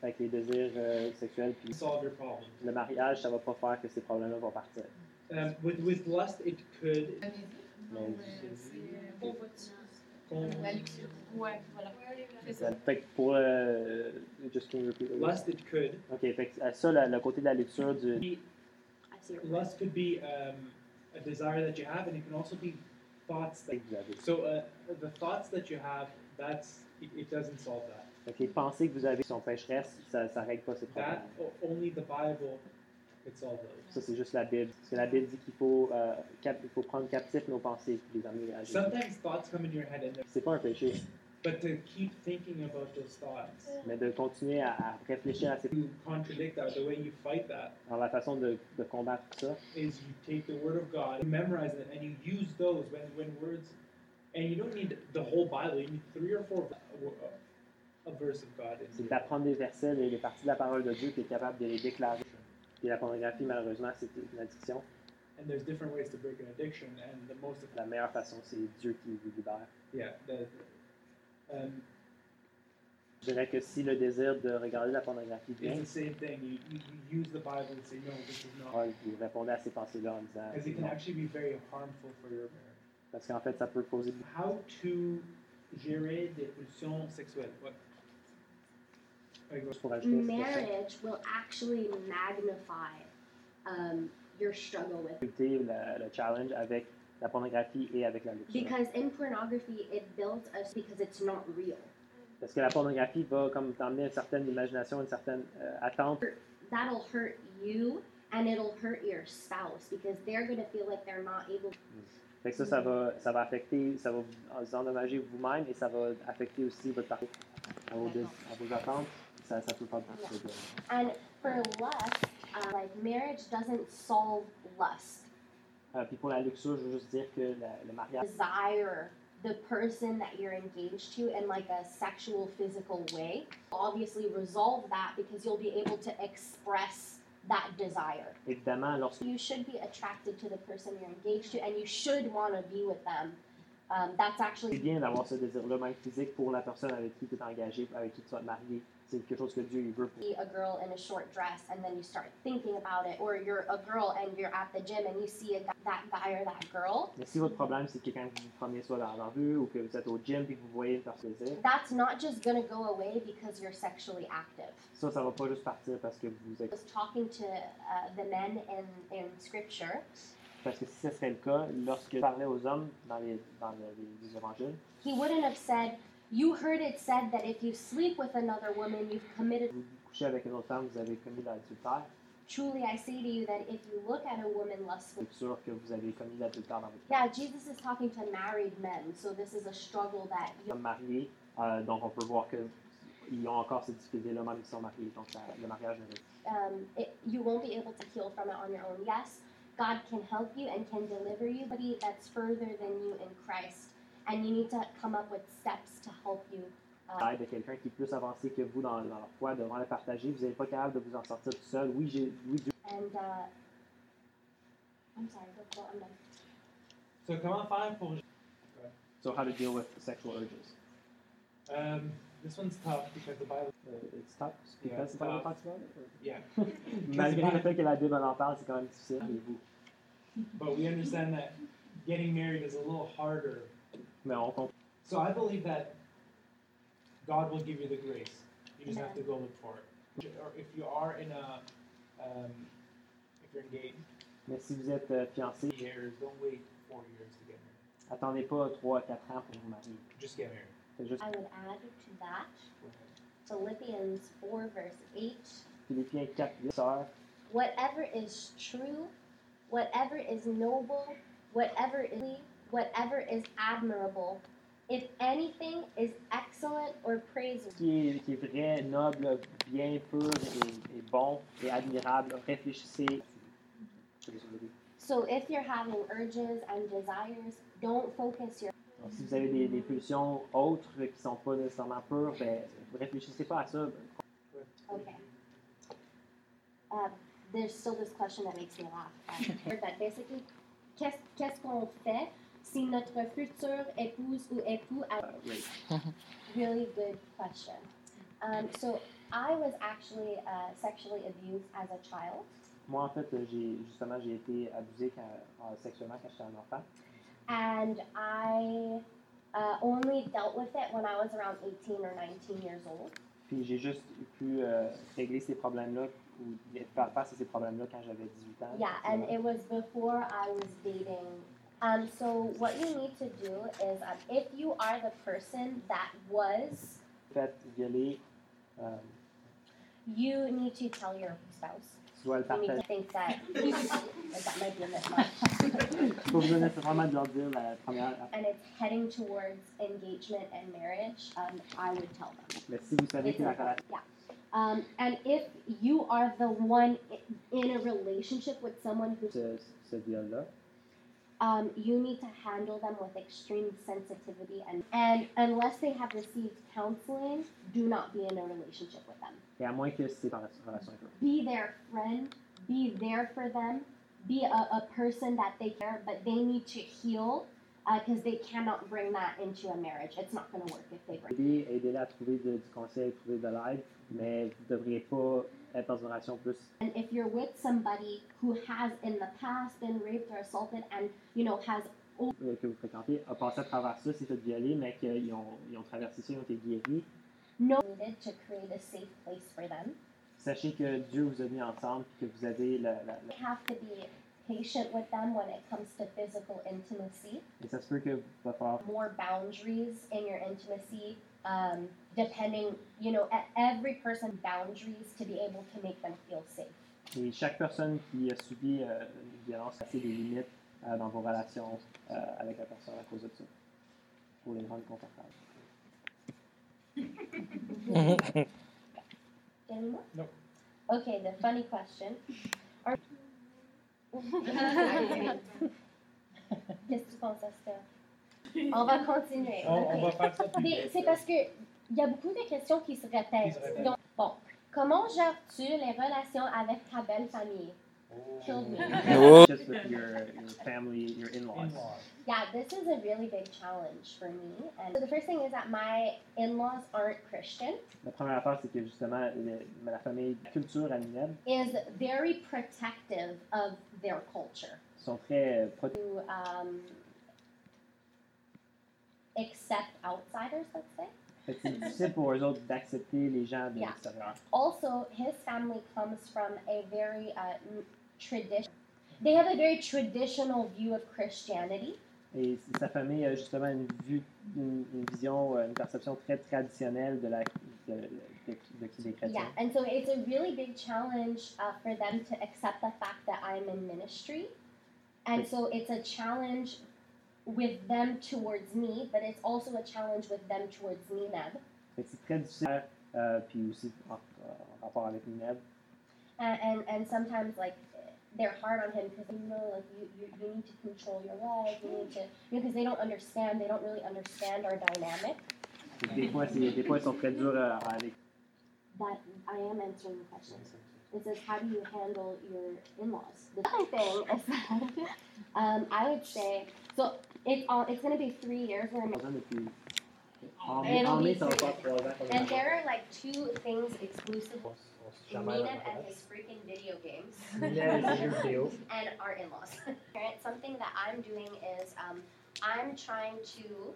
avec les désirs euh, sexuels, puis
Solve your problem.
le mariage, ça va pas faire que ces problèmes-là vont partir.
Um, with with lust, it could.
Allez-y.
Mais-
Ouais, c'est- La
con-
luxure. Ouais, voilà. C'est ça.
Fait que pour. Euh, just can you repeat?
Lust, it could.
Ok, fait que euh, ça, la- le côté de la lecture du.
Be,
I see your point.
lust could be um, a desire that you have, and it can also be thoughts that.
Vous avez-
So uh, the thoughts that you have, that's it, it doesn't solve that.
Fait Donc, les pensées que vous avez qui sont pécheresses, ça ne règle pas ces problèmes.
That o- only the Bible could solve those.
Ça, c'est juste la Bible. Parce que la Bible dit qu'il faut, euh, cap- il faut prendre captif nos pensées et les amener à Jésus.
Sometimes thoughts come in your head, and they're-
C'est pas un péché,
but to keep thinking about those thoughts,
mais de continuer à, à réfléchir à ces
you contradict that. The way you fight that
Alors, la façon de, de combattre ça,
is you take the Word of God, you memorize it, and you use those when when words. And you don't need the whole Bible. You need three or four a, a verse of God. in
c'est
there.
d'apprendre des versets, les, les parties de la parole de Dieu, puis être capable de les déclarer. Et la pornographie, malheureusement, c'est une addiction.
And there's different ways to break an addiction, and the most
La meilleure façon, c'est Dieu qui vous libère.
yeah the um,
Je dirais que si le désir de regarder la pornographie vient,
It's the same thing. You, you, you use the Bible and say, no, this is not.
ouais, vous répondez à ces pensées-là en disant
Because it can
non.
actually be very harmful for your marriage.
Parce qu'en fait, ça peut poser beaucoup
How to gérer des pulsions sexuelles. What? Like,
de choses pour ajouter à cette question.
Marriage will actually magnify um, your struggle with
Lutter le, le challenge avec la pornographie et avec la luxure.
Because in pornography, it builds us because it's not real.
Parce que la pornographie va comme t'emmener une certaine imagination, une certaine euh, attente.
That'll hurt you and it'll hurt your spouse because they're going to feel like they're not able.
Fait que ça, ça va, ça va affecter, ça va vous- vous endommager vous-même et ça va affecter aussi votre parcours, à vos, dés- à vos attentes. Ça, ça peut faire beaucoup de bien.
And for lust, uh, like marriage doesn't solve lust.
Euh, puis pour la luxure, je veux juste dire que la- le mariage,
Desire the person that you're engaged to in like a sexual, physical way. Obviously, resolve that because you'll be able to express that desire.
évidemment, lorsque
You should be attracted to the person you're engaged to, and you should want to be with them. Um, that's actually
c'est bien d'avoir ce désir-là, même physique, pour la personne avec qui tu es engagé, avec qui tu vas te marier. C'est quelque chose que Dieu il veut pour
see a girl in a short dress and then you start thinking about it or you're a girl and you're at the gym and you see a, gu- that guy or that girl
Mais si votre problème, c'est que quand vous vous promenez soit dans la rue ou que vous êtes au gym et que vous voyez une personne plaisir,
that's not just going to go away because you're sexually active
ça, ça va pas juste partir parce que vous
i
êtes.
was talking to uh, the men in, in scripture
Parce que si ce serait le cas, lorsque je parlais aux hommes dans les, dans le- les, les évangiles,
he wouldn't have said you heard it said that if you sleep with another woman you've committed
vous vous couchez avec une autre femme, vous avez commis l'adultère.
truly i say to you that if you look at a woman lustfully
C'est sûr que vous avez commis l'adultère dans votre
yeah jesus is talking to married men so this is a struggle that you
femme mariée. Euh, donc, on peut voir que ils ont encore cette difficulté-là, même s'ils sont mariés. Donc, ça- le mariage ne réussit
um, it, you won't be able to heal from it on your own. Yes, God can help you and can deliver you, but He- that's further than you in Christ. And you need to come up with steps to help you.
pas. L'aide de quelqu'un qui est plus avancé que vous dans, dans leur foi, devant le partager, vous n'êtes pas capable de vous en sortir tout seul. Oui, j'ai- oui Dieu
And uh, I'm sorry, go, go, I'm done.
so comment faire pour.
So how to deal with sexual urges.
Um, this one's tough because the Bible.
Euh, it's tough Euh,
Yeah,
because
it's
the Bible
tough.
talks about it, or-
Yeah.
Malgré le fait que la Bible en parle, c'est quand même difficile. et vous-
But we understand that getting married is a little harder.
Mais on comprend.
So I believe that God will give you the grace. You just have to go look for it. Or if you are in a, um, if you're engaged,
Mais si vous êtes euh, fiancé,
three years, don't wait four years to get married.
attendez pas 3 à 4 ans pour vous marier.
Just get married.
C'est juste
I would add to that Philippians 4, verse 8.
Philippiens 4, 10 sœurs.
Whatever is true, whatever is noble, whatever is whatever is admirable, if anything is excellent or praiseworthy.
Qui est, qui est vrai, noble, bien, pur et, et bon et admirable, réfléchissez.
So if you're having urges and desires, don't focus your
Donc, si vous avez des, des pulsions autres qui sont pas nécessairement pures, ben, réfléchissez pas à ça.
okay. Uh, there's still this question that makes me laugh. uh, But basically, qu'est-ce qu'est-ce qu'on fait si notre future épouse ou époux a
Euh, oui.
really good question? Um, so I was actually uh, sexually abused as a child.
Moi, en fait, j'ai justement, j'ai été abusé quand- euh, sexuellement quand j'étais un enfant.
and I uh, only dealt with it when I was around 18 or 19 years old.
Puis j'ai juste pu euh, régler ces problèmes-là ou faire face à ces problèmes-là quand j'avais 18 ans.
Yeah, and it was before I was dating. Um, so what you need to do is um, if you are the person that was
fait violer, euh,
You need to tell your spouse.
tu dois le
You need
partager.
to think that that, that might be a bit much.
Tu pas besoin nécessairement de leur dire la première.
And it's heading towards engagement and marriage. Um, I would tell them.
Mais si vous savez
It's
que la
like,
relation
yeah. Um, and if you are the one i- in a relationship with someone who,
ce, ce viol-là,
um, you need to handle them with extreme sensitivity and, and unless they have received counseling, do not be in a relationship with them.
et à moins que c'est dans la relation avec eux.
Be their friend, be there for them, be a, a person that they care, but they need to heal because they cannot bring that into a marriage. It's not going to work if they bring
Aider- Aidez-la à trouver de- du conseil, trouver de l'aide, mais vous ne devriez pas être dans une relation plus
And if you're with somebody who has in the past been raped or assaulted and, you know, has,
euh, que vous fréquentez, a passé à travers ça, s'est fait violer, mais qu'ils ont, ils ont traversé ça, ils ont été guéris.
no needed to create a safe place for them.
Sachez que Dieu vous a mis ensemble et que vous avez la, la- la-
You have to be patient with them when it comes to physical intimacy.
Et ça se peut que vous va falloir
More boundaries in your intimacy, um, depending, you know, at every person boundaries to be able to make them feel safe.
Et chaque personne qui a subi euh, une violence a fait des limites euh, dans vos relations euh, avec la personne à cause de ça, pour les rendre confortables.
Any more?
No.
Okay, the funny question. Are... Qu'est-ce que tu penses à ça? On va continuer.
On, on
ok.
va faire ça plus
Mais
vite,
c'est
là.
parce que il y a beaucoup de questions qui se
Qui se
répètent.
répètent.
Donc, bon, comment gères-tu les relations avec ta belle famille?
Oh.
Kill me.
Oh.
Just with your, your family, your in-laws.
In-laws.
Yeah, this is a really big challenge for me. And so the first thing is that my in-laws aren't Christian.
La première affaire, c'est que justement, le- la famille, la culture animale
Is very protective of their culture.
sont très euh, pro-
to um, accept outsiders, let's say.
fait que C'est difficile pour eux autres d'accepter les gens de
Yeah.
l'extérieur.
Also, his family comes from a very uh, tradition. They have a very traditional view of Christianity,
Et sa famille a justement une vue, une, une vision, euh, une perception très traditionnelle de la de, de, de qui les chrétiens.
yeah, and so it's a really big challenge uh, for them to accept the fact that I'm in ministry, and so it's a challenge with them towards me, but it's also a challenge with them towards Nineb.
Fait que c'est très difficile, euh, puis aussi en, en rapport avec Nineb.
and and, and sometimes like they're hard on him because you know like you, you, you need to control your life you need to you know because they don't understand they don't really understand our dynamic
Fait que Des fois, c'est- des fois, ils sont très durs euh, avec
that i am answering the question it says how do you handle your in-laws the other thing is that um, i would say so it's all it's going to be three years we're in
les gens depuis. En
Ben
mai, en mai, ça va faire trois ans. qu'on est
and
ensemble.
there are like two things exclusive
On s- on se chamaille
Nina
dans la
and
face.
his freaking video games
Nina et les jeux vidéo.
and our in-laws. Parents, Something that I'm doing is um, I'm trying to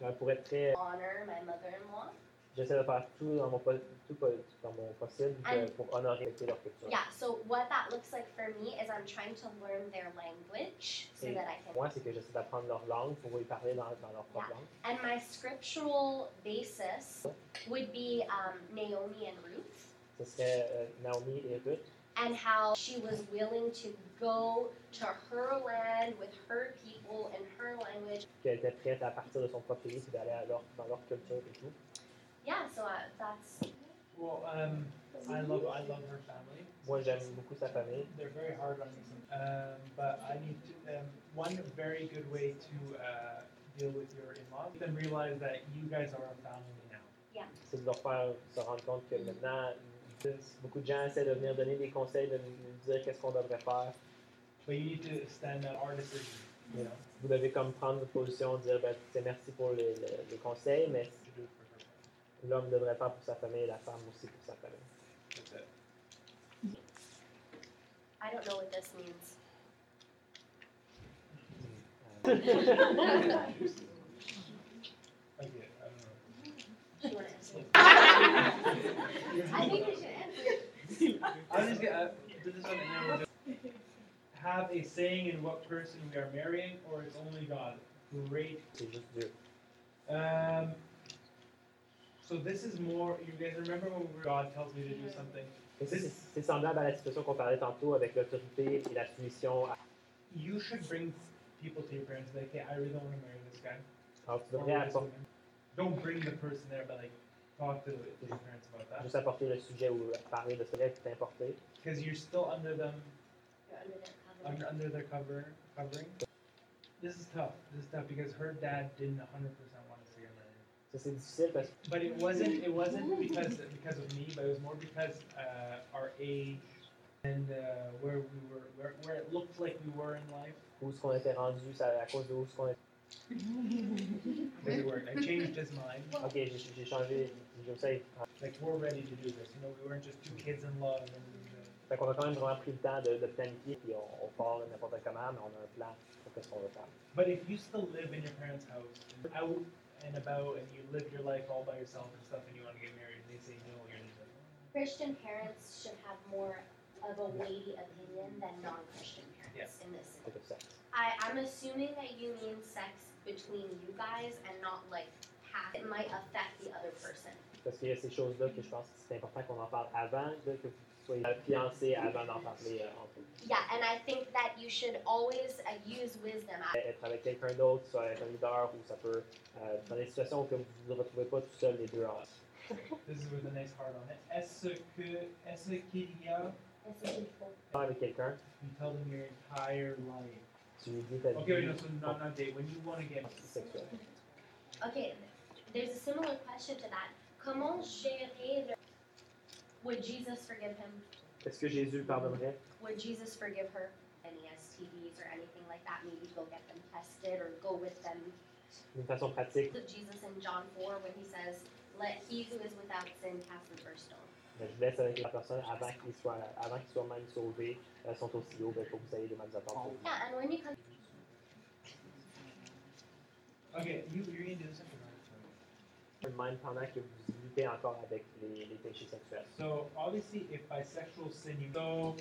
Ouais, Pour être très. euh,
honor my mother-in-law.
J'essaie de faire tout dans mon, po- tout po- dans mon possible euh,
And-
pour honorer respecter leur culture.
Yeah. So what that looks like for me is I'm trying to learn their language so
Mm.
that I can.
Moi, c'est que j'essaie d'apprendre leur langue pour y parler dans, dans leur propre langue.
And my scriptural basis would be um, Naomi and Ruth
Ce serait euh, Naomi et Ruth.
and how she was willing to go to her land with her people in her language.
qu'elle était prête à partir de son propre pays et d'aller à leur- dans leur culture et tout.
Yeah. So uh, that's
Well, um, I love I love her family.
Moi, j'aime beaucoup sa famille.
They're very hard on me, um, but I need to, um, one very good way to uh, deal with your in-laws. Then realize that you guys are a family now.
C'est de leur faire se rendre compte que maintenant, ils- beaucoup de gens essaient de venir donner des conseils, de nous dire qu'est-ce qu'on devrait faire.
But you need to stand up our decision. You know,
Vous devez comme prendre votre position, dire ben, tu sais, merci pour les, les- les conseils, mais
to do it for her.
l'homme devrait faire pour sa famille et la femme aussi pour sa famille.
That's it.
I don't know what this means.
Euh,
Like, yeah,
Do
I don't know.
you want to answer?
I
think we should answer.
I'm just gonna. uh, This is something I would do. Have a saying in what person we are marrying, or it's only God. Great.
C'est juste Dieu.
Um, So this is more. You guys remember when we were- God tells me to do something?
Mais c'est- C'est c'est semblable à la situation qu'on parlait tantôt avec l'autorité et la soumission.
You should bring people to your parents. Like, hey, I really don't want to marry this guy.
Alors, tu
Or
devrais
this
apporter-
woman. Don't bring the person there, but like, talk to, to your parents about that
juste apporter le sujet ou parler de ce qui t'est importé.
because you're still under them,
under their cover.
under, under their cover covering. This is tough. This is tough because her dad didn't 100% want us to get married.
Ça, c'est difficile parce que
But it wasn't. It wasn't because because of me, but it was more because uh, our age and uh, where we were, where, where it looked like we were in life.
où ce qu'on était rendu, ça- à cause de où ce qu'on était.
Doesn't work. I changed his mind.
Ok, j'ai- j'ai changé, je sais.
Like we're ready to do this. You know, we weren't just two kids in love. And, uh,
Fait qu'on a quand même vraiment pris le temps de, de planifier, puis on, on part n'importe comment, mais on a un plan pour ce qu'on veut faire.
but if you still live in your parents' house, and out and about, and you live your life all by yourself and stuff, and you want to get married, and they say no, you're just like,
Christian parents should have more of a weighty opinion than non-Christian parents in this.
C'est tout ça.
I, I'm assuming that you mean sex between you guys and not like half. It might affect the other person.
Parce qu'il y a ces choses-là que je pense que c'est important qu'on en parle avant, là, que vous soyez euh, fiancés avant d'en parler euh, entre vous.
Yeah, and I think that you should always uh, use wisdom. I-
Être avec quelqu'un d'autre, soit avec un leader, ou ça peut. euh, dans des situations que vous ne vous retrouvez pas tout seul les deux en
this is with a nice heart on it. Est-ce que, est-ce qu'il y a?
it's a good point.
avec quelqu'un,
You tell them your entire life.
tu lui dis ta vie
Okay, wait, no, so not not date. When you want to get
sexuelle.
Okay, there's a similar question to that. Comment gérer le- Would Jesus forgive him?
Est-ce que Jésus le pardonnerait?
Would Jesus forgive her? Any STDs or anything like that? Maybe go get them tested or go with them
D'une façon pratique,
of Jesus in John 4 when he says, Let he who is without sin cast the first stone.
mais Ben, je vous laisse avec la personne avant qu'il soit, avant qu'il soit même sauvé, elles sont aussi hauts, ben, pour que vous ayez les mêmes
Oh.
attentes.
Yeah, and when you come
Okay, you you're gonna do this after mine.
Même pendant que vous luttez encore avec les, les péchés sexuels.
So obviously, if bisexual sin, you go.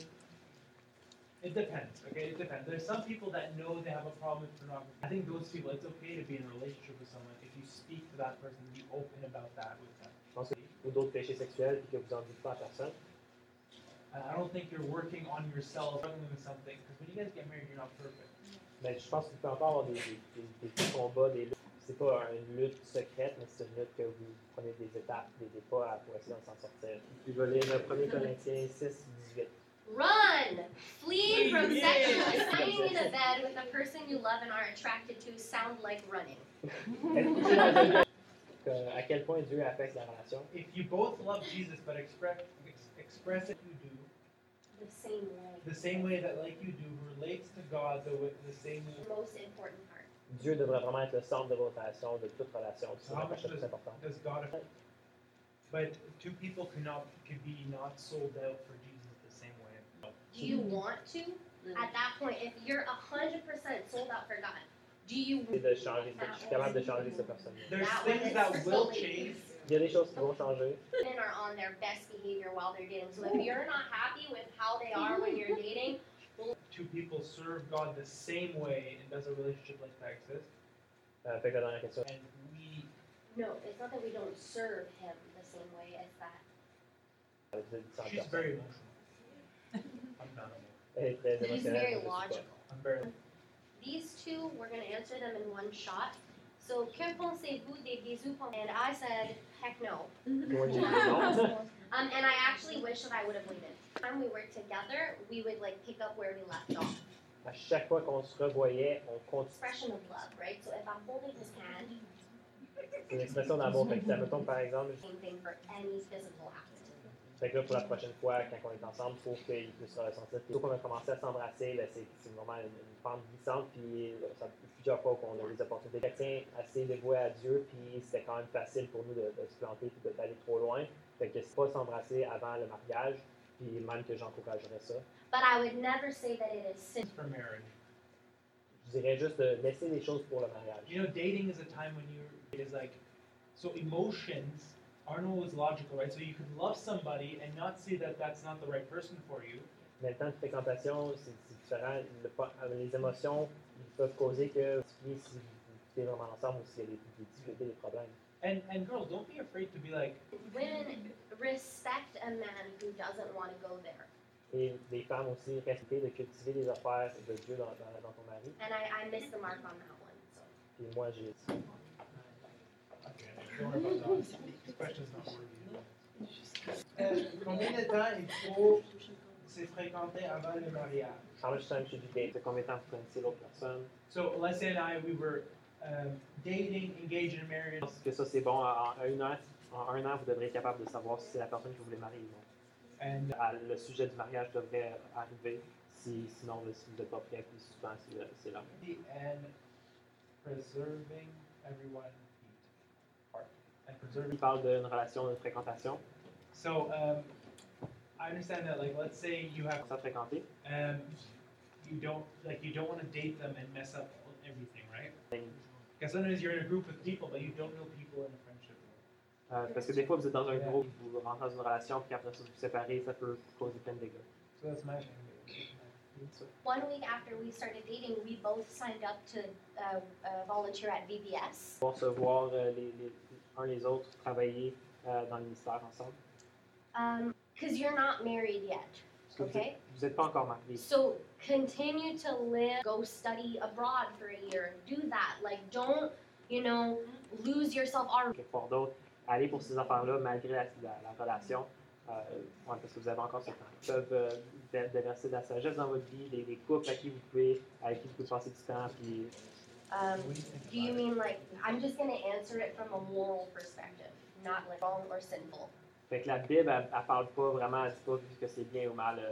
It depends. Okay, it depends. There's some people that know they have a problem with pornography. I think those people, it's okay to be in a relationship with someone if you speak to that person, be open about that with them.
Ou d'autres péchés sexuels, puis que vous en dites pas à personne.
And I don't think you're working on yourself, struggling with something, because when you guys get married, you're not perfect.
Mais je pense que vous pouvez encore avoir des, des, des- des petits combats, des luttes. C'est pas une lutte secrète, mais c'est une lutte que vous prenez des étapes, des, des pas à- pour essayer de s'en sortir. Puis je vais lire le 1 Corinthiens 6, 18.
Run! Flee from
Yeah.
sexual hanging in a bed with a person you love and are attracted to sound like running.
Être couché dans un- que- à quel point Dieu affecte la relation.
If you both love Jesus, but express ex- express it, you do.
The same way.
the same way that like you do relates to God the, way- the same way.
The most important part.
Dieu devrait vraiment être le centre de vos relations, de toute relation. C'est vraiment quelque chose de très important.
Does God affect? But two people cannot could be not sold out for Jesus the same way.
Do you want to? At that point, if you're 100% sold out for God, do you
C'est de changer, de- je suis capable de changer cette personne.
There's
That one
things
is
that will
really
change.
Il y a des choses qui vont changer.
women are on their best behavior while they're dating? So if you're not happy with how they are when you're dating,
Two people serve God the same way, and does a relationship like that exist?
Euh, fait que dans la question,
And we
No, it's not that we don't serve him the same way as that.
euh, vous êtes sans
she's
personne.
very emotional. I'm not. emotional.
Elle est très
He's
émotionnelle, je
very
sais pas.
logical.
I'm very.
These two, we're going to answer them in one shot. So, que pensez-vous des bisous pom- And I said, heck no.
Moi, j'ai dit non.
Um, and I actually wish that I would have waited. Every Time we were together, we would like pick up where we left off.
À chaque fois qu'on se revoyait, on continue.
Expression of love, right? So if I'm holding his hand,
C'est une expression d'amour. Fait que, ça, mettons, par exemple,
same thing for any physical act.
Fait que là, pour la prochaine fois, quand on est ensemble, il faut qu'il puisse se ressentir. Puis, qu'on a commencé à s'embrasser, là, c'est c'est vraiment une, une pente glissante. Puis, euh, ça fait plusieurs fois qu'on a des opportunités. Chrétien assez dévoué à Dieu, puis c'était quand même facile pour nous de, de se planter puis de- d'aller trop loin. Fait que c'est pas s'embrasser avant le mariage, puis même que j'encouragerais ça.
But I would never say that it is sin.
It's for marriage.
Je dirais juste de laisser les choses pour le mariage.
You know, dating is a time when you it is like so emotions aren't always logical, right? So you could love somebody and not see that that's not the right person for you.
Mais le temps de fréquentation, c'est c'est différent. Le pa- euh, les émotions ils peuvent causer que si vous discuter vraiment ensemble ou s'il y a des, des difficultés, des problèmes.
And and girls, don't be afraid to be like,
Women respect a man who doesn't want to go there.
Et les femmes aussi, respecter de cultiver les affaires de Dieu dans, dans- dans ton mari.
And I, I missed the mark on that one. So.
Puis moi, j'ai
okay, don't worry about that. This question's not worthy. Euh, combien de temps il faut se fréquenter avant le mariage?
How much time should you date? De ben, combien de temps vous connaissez l'autre personne?
So Leslie and I, we were um, dating, engaged, and
Je
married.
pense que ça, c'est bon. En, en une heure, en un an, vous devrez être capable de savoir si c'est la personne que vous voulez marier ou non.
And
Ah, Le sujet du mariage devrait arriver. Si, sinon, si vous n'êtes pas prêt, puis souvent, c'est le- c'est là.
and preserving everyone apart and
Il
preserving.
parle d'une relation de fréquentation,
So um, I understand that, like, let's say you have,
ça fréquenter.
um, you don't like, you don't want to date them and mess up everything, right? Because sometimes you're in a group with people, but you don't know people in a friendship.
Euh, parce que des fois, vous êtes dans un groupe, vous rentrez dans une relation, puis après ça, vous vous séparez, ça peut causer plein de dégâts.
So that's my thing.
One week after we started dating, we both signed up to uh, uh, volunteer at VBS.
Pour se voir euh, les, les- un les autres travailler euh, dans le ministère ensemble.
Because Um, you're not married yet,
Parce que
okay?
vous n'êtes pas encore mariés.
So continue to live, go study abroad for a year, do that. Like, don't, you know, lose yourself already.
quelque part d'autre, aller pour ces affaires-là malgré la, la- la relation, euh, ouais, parce que vous avez encore ce temps. Ils peuvent euh, dé- déverser de la sagesse dans votre vie, des, des couples à qui vous pouvez, avec qui vous pouvez passer du temps, puis
Um,
What do you think
do you
about it?
mean like, I'm just going to answer it from a moral perspective, not like wrong or sinful.
Fait que la Bible, elle, elle parle pas vraiment, elle dit pas que c'est bien ou mal, euh,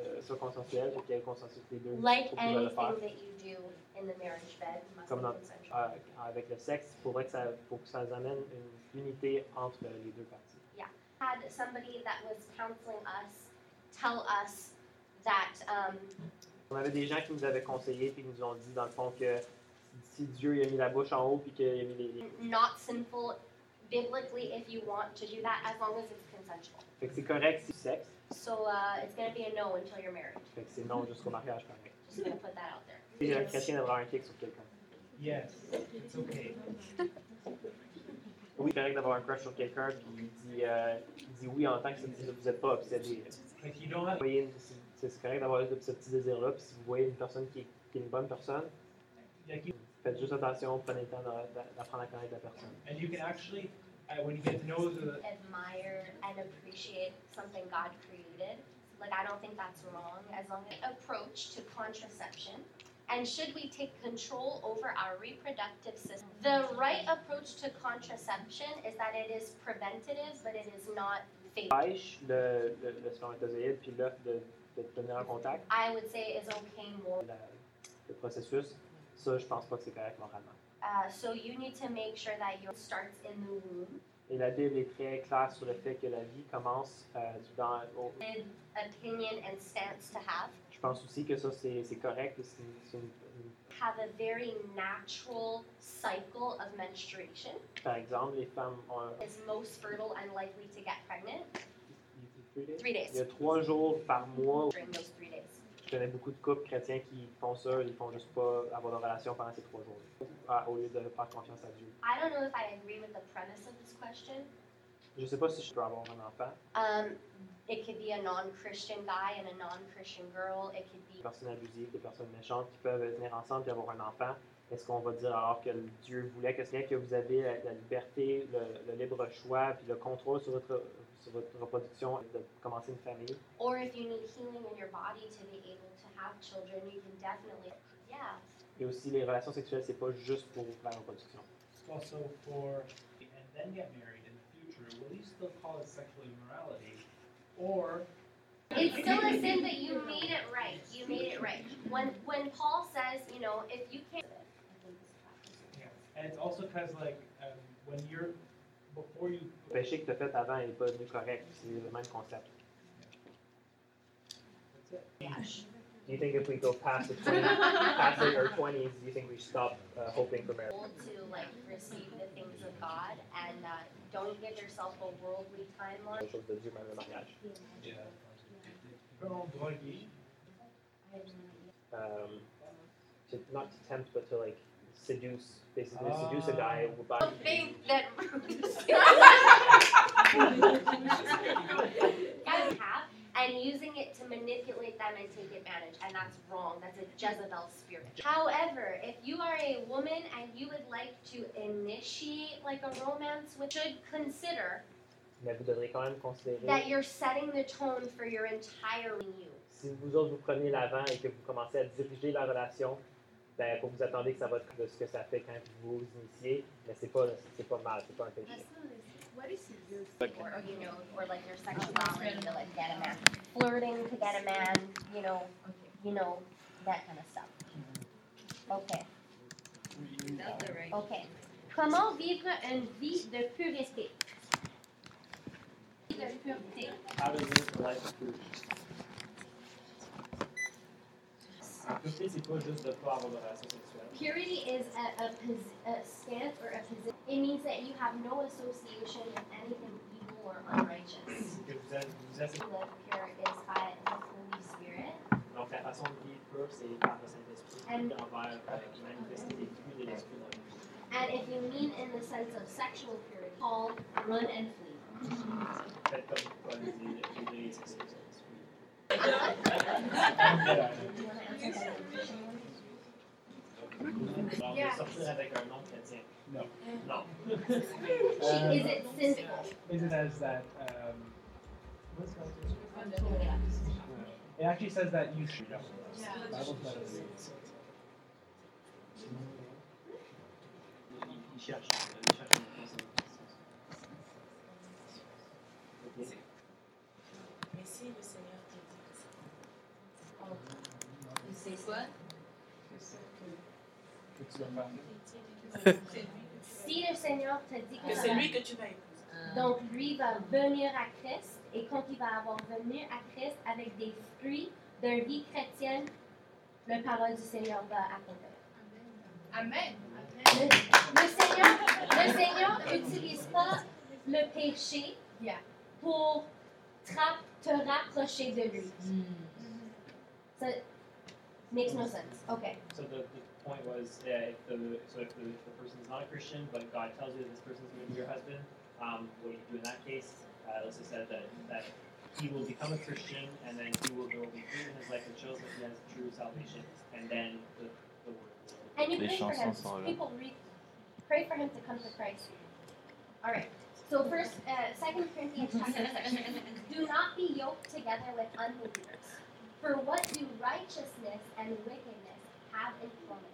euh, soit consensuel, faut qu'il y ait le consensus des deux,
Like
faut qu'ils veulent le
anything
faire.
that you do in the marriage bed must be
Comme dans-
consensual.
Euh, avec le sexe, il faudrait que ça, faut que ça les amène une unité entre les deux parties.
had somebody that was counseling us tell us that um,
On avait des gens qui nous avaient conseillé puis qui nous ont dit, dans le fond, que si Dieu il a mis la bouche en haut puis qu'il a mis les, les-
not sinful biblically if you want to do that as long as it's consensual.
Fait que c'est correct si sexe.
So uh, it's going to be a no until you're married.
Fait que c'est non jusqu'au mariage, quand même.
Just going to put that out there.
Si un chrétien devrait avoir un kick sur quelqu'un.
Yes, it's okay.
Oui, c'est correct d'avoir un crush sur quelqu'un, puis il dit, euh, il dit oui en tant que ça dit, vous n'êtes pas obsédé.
Like you don't have.
Vous voyez une- c'est- C'est c'est correct d'avoir ce petit désir-là, puis si vous voyez une personne qui est, qui est une bonne personne,
Like you,
faites juste attention, prenez le temps d'a- d'a- d'apprendre à connaître la personne.
and you can actually, uh, when you get to know the
Admire and appreciate something God created. Like, I don't think that's wrong as long as approach to contraception. And should we take control over our reproductive system? The right approach to contraception is that it is preventative, but it is not fatal.
Pêche, le, le, le spermatozoïde, puis l'offre de, de te tenir en contact,
I would say is okay more.
la- le processus, ça, je pense pas que c'est correct moralement.
Uh, so you need to make sure that your starts in the womb
Et la Bible est très claire sur le fait que la vie commence euh, dans, au,
with opinion and stance to have.
Je pense aussi que ça, c'est c'est correct. et c'est- c'est une- une-
Have a very natural cycle of menstruation.
Par exemple, les femmes ont un-
Is most fertile and likely to get pregnant three
Il y
days
a trois jours par mois.
during those three days.
Je connais beaucoup de couples chrétiens qui font ça. Ils font juste pas avoir de relation pendant ces trois jours au lieu de faire confiance à Dieu.
I don't know if I agree with the premise of this question.
Je sais pas si je peux avoir un enfant.
Um, it could be a non-Christian guy and a non-Christian girl. It could
Des
be
personnes abusives, des personnes méchantes qui peuvent venir ensemble et avoir un enfant. Est-ce qu'on va dire alors que Dieu voulait que c'est que vous avez la, la liberté, le, le libre choix, puis le contrôle sur votre, sur votre reproduction, de commencer une famille?
or if you need healing in your body to be able to have children, you can definitely yeah.
Et aussi, les relations sexuelles, c'est pas juste pour la reproduction.
also for and then get married in the future, will you still call it sexual immorality? Or
It's still a sin, but you made it right. You made it right. When when Paul says, you know, if you can't
yeah. and it's also because like um, when you're before you
Le péché que tu as fait avant n'est pas devenu correct. C'est le même concept.
that's it.
Do you think if we go past the 20, past the, or 20s, do you think we stop uh, hoping for marriage?
able to like receive the things of God and uh, don't give yourself a worldly timeline.
La chose de Dieu, même le mariage.
Yeah. Vraiment drogué.
Um, to, not to tempt, but to like seduce, basically seduce a guy by.
guys have and using it to manipulate them and take advantage. And that's wrong. That's a Jezebel spirit. However, if you are a woman and you would like to initiate like a romance, which should consider
Mais vous devrez quand même considérer.
that you're setting the tone for your entire you.
si vous autres vous prenez l'avant et que vous commencez à diriger la relation, ben, faut vous attendez que ça va être de ce que ça fait quand vous vous initiez, mais c'est pas, c'est pas mal, c'est pas un péché.
What is it used
Or, or, you know, or like your sexuality to like get a man. Flirting to get a man, you know, you know, that kind of stuff. Okay. OK. Comment vivre une vie de pureté? De pureté.
How to live a life of purity.
La pureté, c'est pas juste de pas avoir de relation sexuelle.
Purity is a, a, pos- a stance or a position. It means that you have no association with anything evil or unrighteous.
Que vous êtes, vous êtes-
Live pure is by the Holy Spirit.
Donc la façon de vivre pure, c'est par le Saint-Esprit,
And-
envers euh, qui manifeste les fruits de l'esprit dans nous.
And if you mean in the sense of sexual purity, called run and flee.
Faites comme Paul dit, les c'est ça.
Do you want to answer that? question?
Alors,
Yeah.
de sortir avec un nom chrétien. Non. Non.
She- Is it sinful?
Is it as that? Um, what's that?
Yeah.
It actually says that you should. Bible's better than Il cherche, il cherche une réponse.
Mais si le Seigneur te dit,
C'est quoi?
que tu vas faire.
Si le Seigneur te dit
que
que
c'est lui que tu vas épouser.
Euh.
Donc, lui va venir à Christ, et quand il va avoir venu à Christ avec des fruits d'une vie chrétienne, la parole du Seigneur va accomplir.
Amen.
Le, le Seigneur le Seigneur n'utilise pas le péché
Yeah.
pour tra- te rapprocher de lui. Ça makes no sense. OK.
So the, the point was that if the so if the, if the person is not a Christian, but God tells you that this person's going to be your husband, um, what do you do in that case? Uh, Alyssa said that that he will become a Christian, and then he will there will be fruit in his life that shows that he has true salvation, and then the the word. will-
And you
Les
pray for
chansons
him.
sont là.
People read, pray for him to come to Christ. All right. So first, uh, Second Corinthians chapter six. Do not be yoked together with unbelievers. For what do righteousness and wickedness have in common?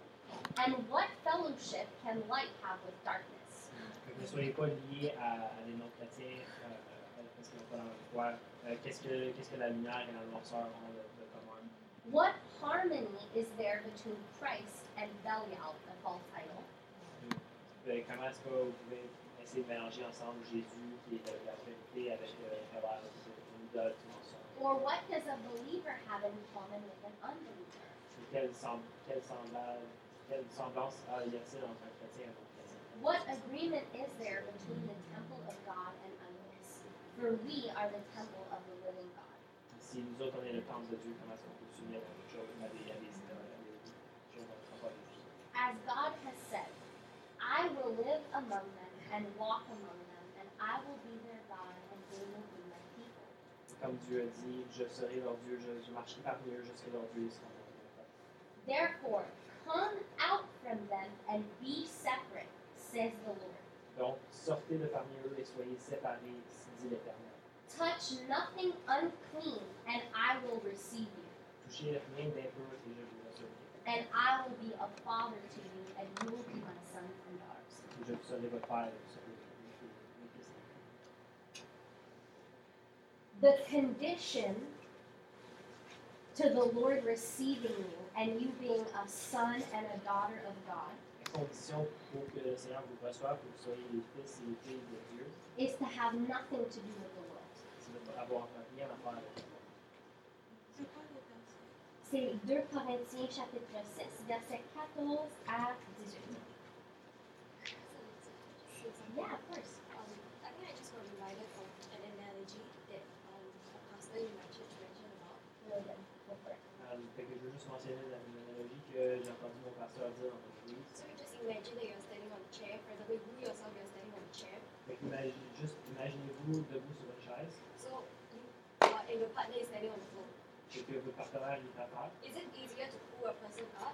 And what fellowship can light have with darkness?
Que ne soyez pas liés à, à des non-chrétiens, euh, euh, parce qu'ils n'ont pas dans la foi. Euh, qu'est-ce que qu'est-ce que la lumière et la noirceur ont de, de commun?
What harmony is there between Christ and Belial, the false idol?
Euh, comment est-ce que vous pouvez essayer de mélanger ensemble Jésus qui est la, la vérité avec euh, à travers une idole qui mensonge
Or what does a believer have in common with an unbeliever?
Et Quelle, sem- quelle, semblable- quelle semblance ah, y a-t-il entre un chrétien et un non-chrétien
What agreement is there between the temple of God and idols? For we are the temple of the living God.
Si nous autres on est le temple de Dieu, comment est-ce qu'on peut s'unir à quelque chose, à des, à des idoles, à des choses qu'on ne comprend pas
As God has said, I will live among them and walk among them, and I will be their God, and they will be my people.
Comme Dieu a dit, je serai leur Dieu, je, je marcherai parmi eux, je serai leur Dieu, ils seront mon peuple.
Therefore, come out from them and be separate, says the Lord.
Donc, sortez de parmi eux et soyez séparés, dit l'Éternel.
Touch nothing unclean, and I will receive you,
Touchez rien d'impur et je vous recevrez.
and I will be a father to you, and you will be my sons and daughters.
Je vous serai votre père, vous serez mes filles, mes fils.
the condition to the Lord receiving you and you being a son and a daughter of God
La condition pour que le Seigneur vous reçoive, que vous soyez les fils et les filles de Dieu,
is to have nothing to do with the world.
c'est de ne pas avoir rien à faire Euh, avec le monde.
C'est quoi le verset?
C'est 2 Corinthiens chapitre 6, verset 14 à 18. Yeah, of course.
Um, I think I just got reminded of an analogy that um, a pastor in my church mentioned about.
Really good. Go for it.
Euh, fait que je veux juste mentionner la- une analogie que j'ai entendu mon pasteur dire dans mon église.
So it just chair. For example, you yourself, you're standing on a chair.
Like imagine, juste imaginez-vous debout sur une chaise
So, you, uh, and your partner is standing on the floor.
et que votre partenaire est à terre.
Is it easier to pull a person up?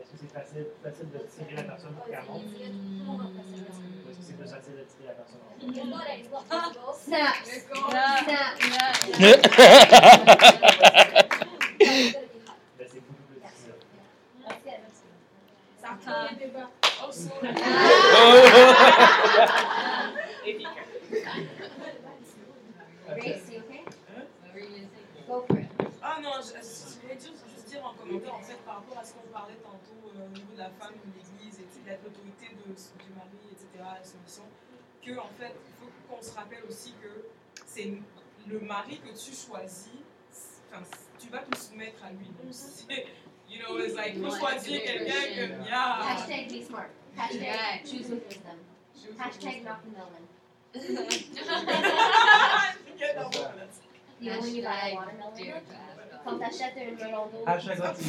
Est-ce que c'est facile, facile de tirer la personne
Or
pour
is
qu'elle monte
it easier to pull a person down?
ou est-ce que c'est plus facile de tirer la personne en haut?
It's not that it's not possible.
Snaps.
It's
Snaps.
gonna be hard.
Mais Ben, c'est beaucoup plus difficile.
Let's get this.
Ok.
Grace, you okay? Go for it.
Ah non, je, je voulais juste, juste dire en commentaire, en fait, par rapport à ce qu'on parlait tantôt euh, au niveau de la femme, de l'Église, et puis de la- de l'autorité de, du mari, etc., la soumission, que en fait, il faut qu'on se rappelle aussi que c'est le mari que tu choisis, c'est- enfin, c'est- tu vas te soumettre à lui. Donc, c'est- you know, it's like, faut
Mm-hmm. Ouais, c'est
choisir quelqu'un
vrai.
que, yeah.
Hashtag be smart. Hashtag choose with wisdom. Hashtag not watermelon.
Je suis dans mon là.
You only need like watermelon. Quand t'achètes un melon d'eau.
Hashtag let's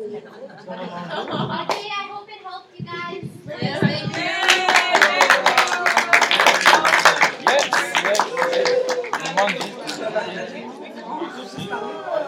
eat.
Okay, I hope it helped you guys.
Yes, yes, yes. Comment on dit?
Yeah.